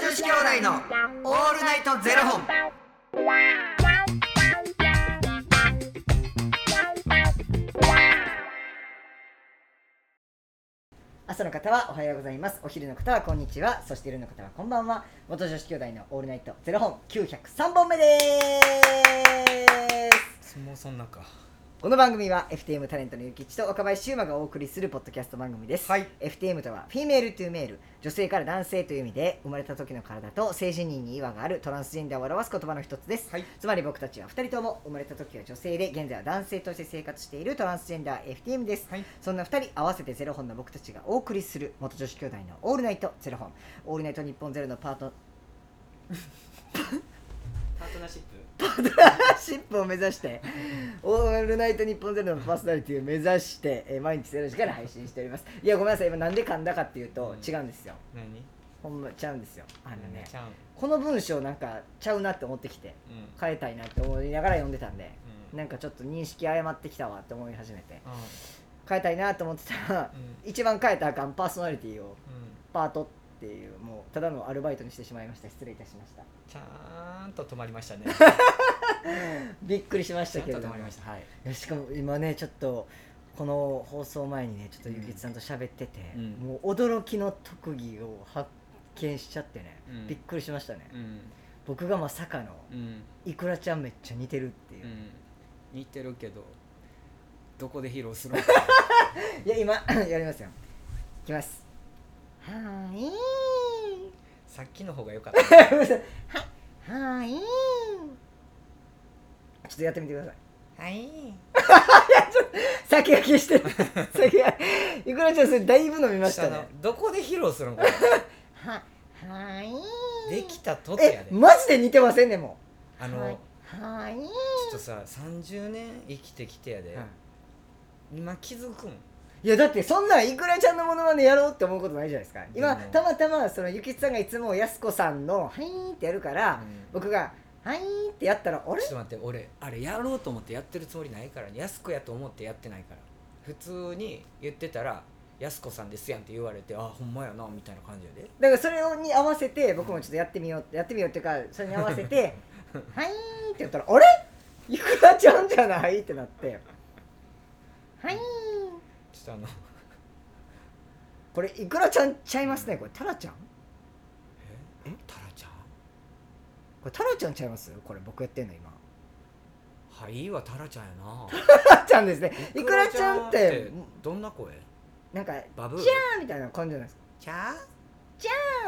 子兄弟のオールナイトゼロ本。朝の方はおはようございます。お昼の方はこんにちは。そして夜の方はこんばんは。元女子兄弟のオールナイトゼロ本九百三本目です。もうそんなかこの番組は FTM タレントのゆきちと若林修馬がお送りするポッドキャスト番組です。はい FTM とはフィメールトゥーメール、女性から男性という意味で生まれた時の体と性自認に違和があるトランスジェンダーを表す言葉の一つです。はいつまり僕たちは2人とも生まれた時は女性で現在は男性として生活しているトランスジェンダー FTM です、はいそんな2人合わせてゼロ本の僕たちがお送りする元女子兄弟の「オールナイトゼロ本」「オールナイト日本ゼロのパートパートナーシップシップを目指して「オールナイト日本ゼロのパーソナリティを目指して、えー毎日ゼロ時から配信しておりますいやごめんなさい今なんで噛んだかっていうと違うんですよ何ほんまちゃうんですよあのねちゃんうんこの文章なんかちゃうなって思ってきて変えたいなって思いながら読んでたんでうんなんかちょっと認識誤ってきたわって思い始めてうん変えたいなと思ってたら、う一番変えたらあかんパーソナリティをうんパートっていうもうただのアルバイトにしてしまいました失礼いたしましたちゃんと止まりましたねびっくりしましたけれど ちゃんもと止まりましたはいいやしかも今ねちょっとこの放送前にねちょっとゆきつさんと喋ってて、うんもう驚きの特技を発見しちゃってね、うんびっくりしましたね、うん僕がまさかのうんいくらちゃんめっちゃ似てるっていうう、ん似てるけどどこで披露する のいや今 やりますよいきますはーいさっきの方が良かったごめんなさいははーいちょっとやってみてくださいはい先駆け してる先駆けいくらちゃんそれだいぶ飲みまし下たのねどこで披露するのかなははいできたとてやえでマジで似てませんねもあうの、はいちょっとさ30年生きてきてやで、今気づくんいやだってそんなんいくらちゃんのものまねやろうって思うことないじゃないですか今でもたまたまそのゆきつさんがいつもやすこさんの「はい」ってやるから、うん僕が「はい」ってやったら「あれちょっと待って俺あれやろうと思ってやってるつもりないからね安子やと思ってやってないから普通に言ってたら「安子さんですやん」って言われて「あほんまやな」みたいな感じやでだからそれをに合わせて僕もちょっとやってみようやってみようっていうかそれに合わせ て「はい」って言ったら「あれいくらちゃんじゃない?」ってなって「はい」ちょっとあのこれいくらちゃんちゃいますねこれタラちゃんこえタラちゃんれタラちゃんちゃいますこれ僕やってんの今はいはタラちゃんやなタラちゃんですね いくらちゃんってどんな声なんか「バブーじゃー」みたいな感じじゃないですかちゃん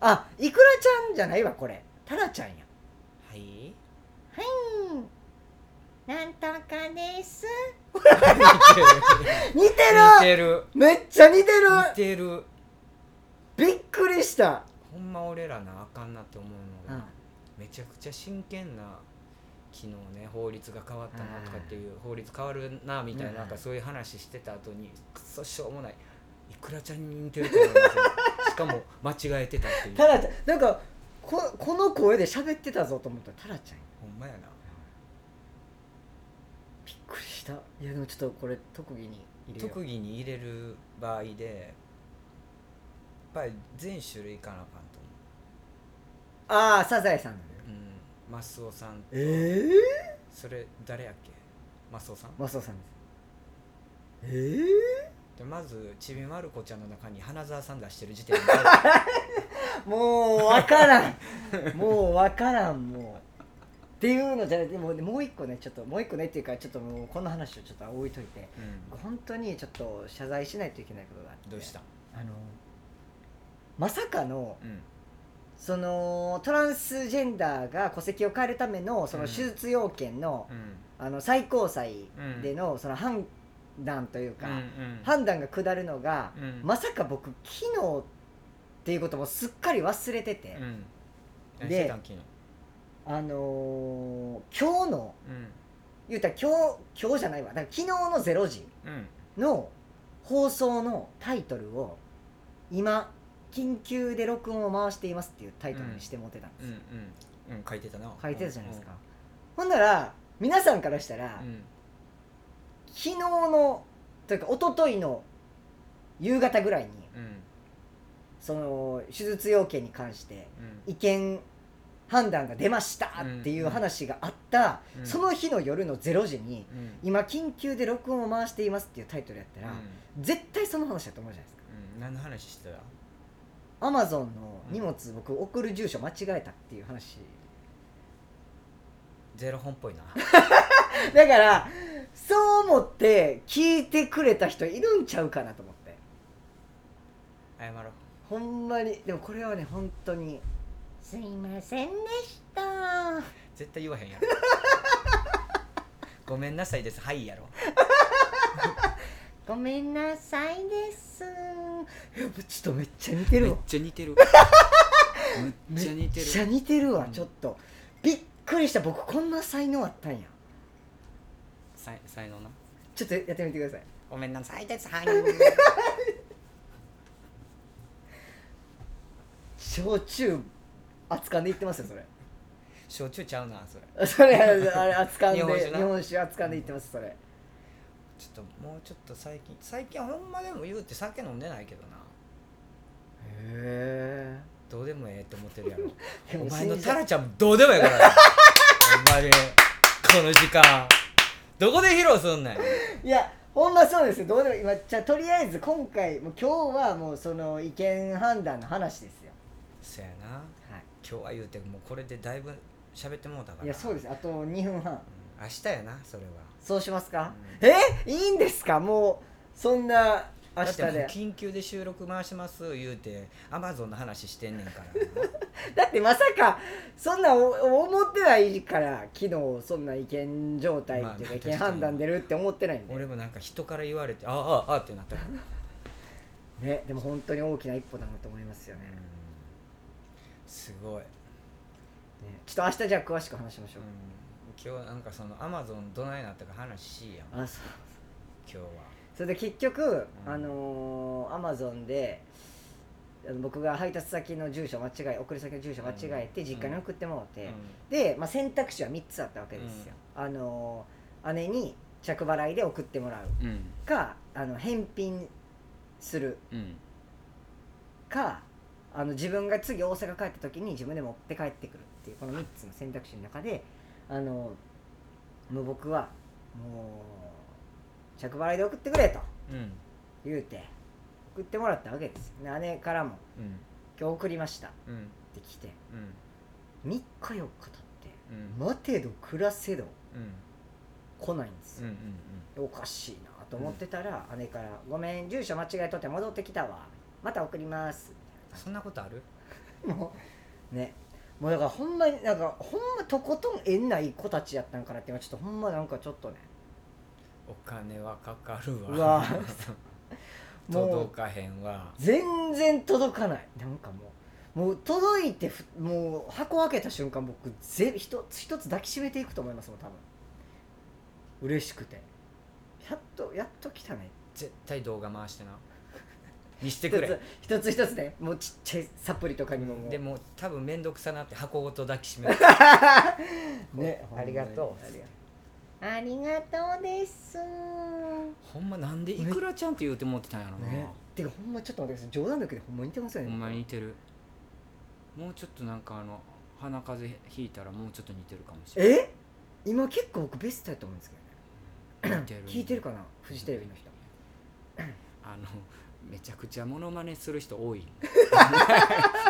あいくらちゃんじゃないわこれタラちゃんや はいなんとかです似似てるてるめっちゃ似てる似てるびっくりした、ほんま俺らなあかんなって思ううのんが、めちゃくちゃ真剣な昨日ね法律が変わったなとかっていう法律変わるなみたいな,、うんなんかそういう話してた後にくそしょうもないいくらちゃんに似てると思 いますよしかも間違えてたっていうタラちゃんなんかここの声で喋ってたぞと思ったらタラちゃんやほんまやなびっくりしたいやでもちょっとこれ特技に入れよう特技に入れる場合でやっぱり全種類いかなあかんとああサザエさんなんだよ思う、うん、マスオさんええそれ誰やっけマスオさんマスオさんですえでまずちびまる子ちゃんの中に花澤さん出してる時 点でえもうわからんもうわからんもうっていうのじゃなくてもうもう一個ねちょっともう一個ねっていうかちょっともうこの話をちょっと置いといてうん本当にちょっと謝罪しないといけないことがあってどうした、あのまさかのうんそのトランスジェンダーが戸籍を変えるためのそのうん手術要件の,、うんあの最高裁でのその判断というか、判断が下るのが、うんまさか僕昨日っていうこともすっかり忘れてて、うんで何してたん昨日あのー今日のうん言うたら今日今日じゃないわだから昨日の0時うんの放送のタイトルを今緊急で録音を回していますっていうタイトルにして持ってたんです、うんうんうん書いてたな書いてたじゃないですか、ほんなら皆さんからしたら、うんうん昨日のというか一昨日の夕方ぐらいにうんその手術要件に関してうん意見判断が出ましたっていう話があった、うんその日の夜の0時にうん「今緊急で録音を回しています」っていうタイトルやったら、う絶対その話だと思うじゃないですかんうん何の話してたアマゾンの荷物、僕送る住所間違えたっていう話ゼロ本っぽ いなだからそう思って聞いてくれた人いるんちゃうかなと思って謝ろうほんまにでもこれはね本当にすいませんでした絶対言わへん やろごめんなさいですはいやろごめんなさいですいやちょっとめっちゃ似てるわちゃ 似てるめっちゃめ似ってるちゃ似てるわ、うんちょっとびっくりした僕こんな才能あったんや才才能なちょっとやってみてくださいごめんなさいです はい焼酎扱んでいってますよそれ 焼酎ちゃうなそれそれあれ扱んで日日本本酒酒な扱んでいってますそれちょっともうちょっと最近最近ほんまでも言うて酒飲んでないけどなへどうでもええって思ってるや ろえお前のタラちゃんもどうでもええからなほんまにこの時間どこで披露すんねんいやほんまそうですよどうでも今じゃあとりあえず今回もう今日はもうその意見判断の話ですよそやなはい今日は言うてもうこれでだいぶ喋ってもうたからいやそうですあと2分半うん明日やなそれはそうしますか、うえいいんですかもうそんな明日でだってもう緊急で収録回します言うてアマゾンの話してんねんから だってまさかそんなお思ってないから昨日そんな意見状態っていうまあか意見判断出るって思ってないんで、俺もなんか人から言われてああああってなったからね、でも本当に大きな一歩だなと思いますよねうんすごい、ねちょっと明日じゃあ詳しく話しましょう、今日なんかそのアマゾンどないなったか話しいやん今あそう日はそれで結局、うんあのアマゾンであの僕が配達先の住所間違え送り先の住所間違えてうん実家に送ってもらって、うんで、まあ、選択肢は3つあったわけですよ、あのー姉に着払いで送ってもらううんかあの返品するうんかあの自分が次大阪帰った時に自分で持って帰ってくるっていうこの3つの選択肢の中であのもう僕はもう着払いで送ってくれとうん言うて送ってもらったわけですよで姉からもうん「今日送りました」っうんて来てうん3日4日経ってうん待てど暮らせどうん来ないんですうんうよ、んおかしいなと思ってたら、姉から「ごめん住所間違えとって戻ってきたわまた送ります」うんそんなことあるもうねもうだからほんまになんかほんまとことん縁ない子たちやったんかなって今ちょっとほんまなんかちょっとねお金はかかるわうわも届かへんわう全然届かないなんかもうもう届いてふもう箱開けた瞬間僕ぜ一つ一つ抱きしめていくと思いますもん多分嬉しくてやっとやっと来たね絶対動画回してな見してくれ一つ一つ一つねもうちっちゃいサプリとかにももうでも多分面倒くさなって箱ごと抱きしめる ねほんまあにりがとうありがとうですほんまなんでいくらちゃんって言うて思ってたんやろな、ね、てかほんまちょっと待ってください冗談抜きでほんま似てますよほねんまに似てるもうちょっとなんかあの鼻風邪ひいたらもうちょっと似てるかもしれないえ今結構僕ベストやと思うんですけどね似てる聞いてるかなフジテレビの人あのめちゃくちゃモノマネする人 多い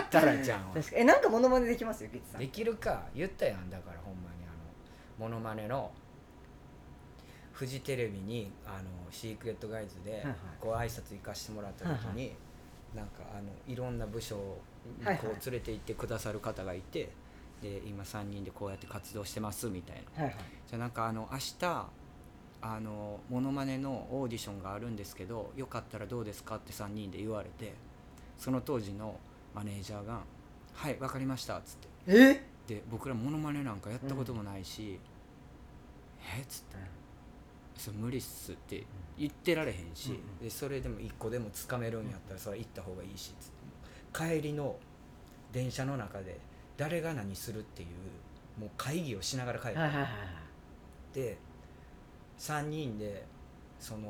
タラちゃんは確かえなんかモノマネできますよキッズさんできるか言ったやんだからほんまにあのモノマネのフジテレビにあのシークレットガイズでいはいこう挨拶行かしてもらった時に、はいなんかあのいろんな部署にはいこはう連れて行ってくださる方がいて、で今3人でこうやって活動してますみたいなはいはいじゃあなんかあの明日あのモノマネのオーディションがあるんですけどよかったらどうですかって3人で言われてその当時のマネージャーが「はいわかりました」っつってえで僕らモノマネなんかやったこともないし「えっ?」つって「それ無理っす」って言ってられへんし、うんうんでそれでも一個でもつかめるんやったらそれ行った方がいいしつって帰りの電車の中で誰が何するっていうもう会議をしながら帰って、はいはいはいはいで3人でその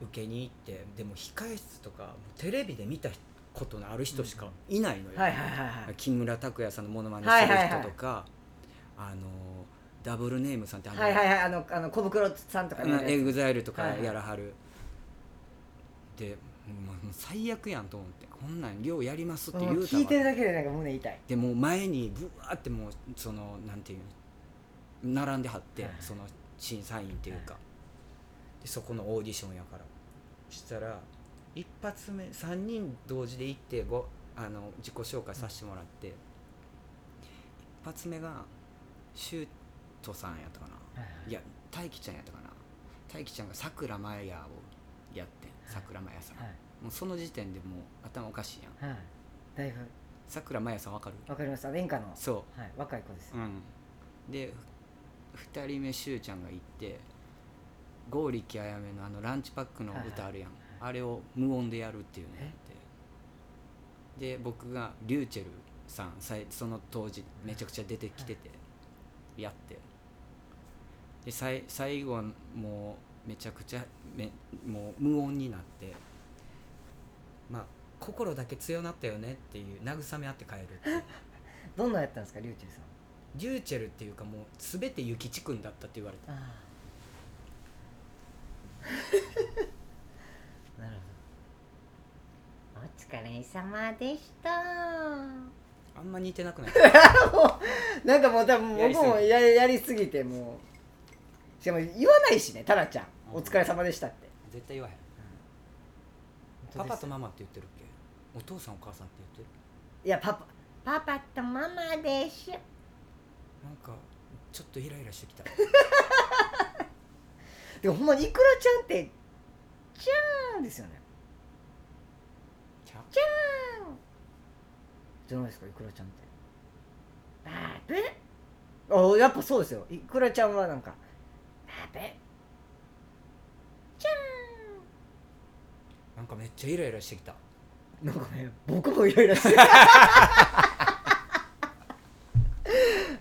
受けに行ってでも控え室とかもうテレビで見たことのある人しかいないのよ、はいはいはいはい木村拓哉さんのモノマネするはいはいは人いとか、あのダブルネームさんってあの、はいはいはいあのあの小袋さんとかね、エグザイルとかはいはいやらはる、でもうもう最悪やんと思ってこんなんようやりますって言もううた聞いわてるだけでなんか胸痛いでもう前にぶわーってもうそのなんていうの並んではって、はいその審査員っていうか、でそこのオーディションやからしたら一発目3人同時で行ってごあの自己紹介させてもらって、一発目がシュートさんやったかな、いや大輝ちゃんやったかな大輝ちゃんがさくらまやをやってさくらまやさん、はいもうその時点でもう頭おかしいやんはいだいぶさくらまやさんわかるわかりました演歌の、はそうい、若い子です、うん、で2人目しゅうちゃんが行って剛力あやめのあのランチパックの歌あるやん、はあれを無音でやるっていうのやっえてで僕がリューチェルさんさいその当時めちゃくちゃ出てきてて、やってでさい最後はもうめちゃくちゃめもう無音になってまあ心だけ強なったよねっていう慰め合って帰るっていうどんなやったんですかリュウチェルさんリューチェルっていうかもう全て諭吉君だったって言われ たああなるほどお疲れ様でしたあんま似てなくないなんかもう多分やりす僕ぎもややりすぎてもうしかも言わないしねタラちゃんうおん疲れ様でしたって絶対言わへんパパとママって言ってるっけお父さんお母さんって言ってるいやパパパパとママでしょなんかちょっとイライラしてきたでもほんまにいくらちゃんってちゃーんですよねちゃうじゃないですかいくらちゃんってバブあやっぱそうですよいくらちゃんはなんかバブなんかめっちゃイライラしてきたなんかね、僕もイライラして る。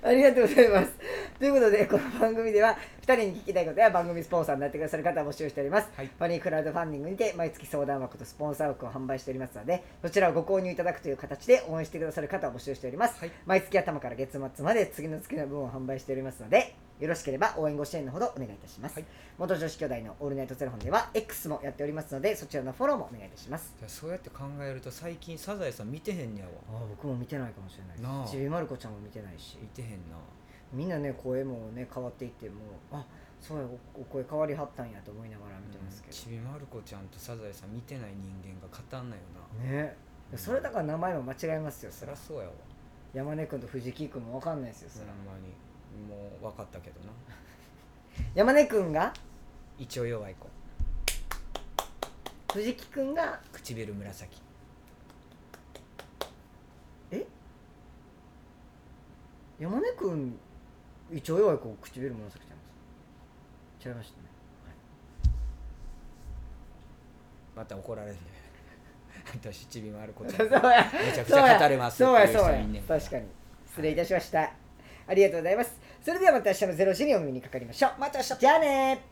ありがとうございます。ということで、この番組では、2人に聞きたいことや番組スポンサーになってくださる方を募集しております。はいファニークラウドファンディングにて、毎月相談枠とスポンサー枠を販売しておりますので、そちらをご購入いただくという形で応援してくださる方を募集しております。はい毎月頭から月末まで次の月の分を販売しておりますので、よろしければ応援ご支援のほどお願いいたします。はい元女子兄弟のオールナイトゼロ本では、X もやっておりますので、そちらのフォローもお願いいたします。じゃあそうやって考えると最近サザエさん見てへんねやわああ僕も見てないかもしれないですなあちびまる子ちゃんも見てないし見てへんなみんなね声もね変わっていってもうあそうやおお声変わりはったんやと思いながら見てますけどち、びまる子ちゃんとサザエさん見てない人間が語んないよなねうんそれだから名前も間違えますよそそらりゃそうやわ山根君と藤木君も分かんないですよそそらら、ほんまにもう分かったけどな山根君が一応弱い子藤木君が 唇紫山根君一応弱い子唇紫ちゃいます違いましたねまた怒られるね 私ちびまる子ちゃそんう やめちゃくちゃ語れますそうやっていそう人うやいんねん確かに失礼いたしました、ありがとうございますそれではまた明日のゼロ時にお耳にかかりましょうまた明日じゃあねー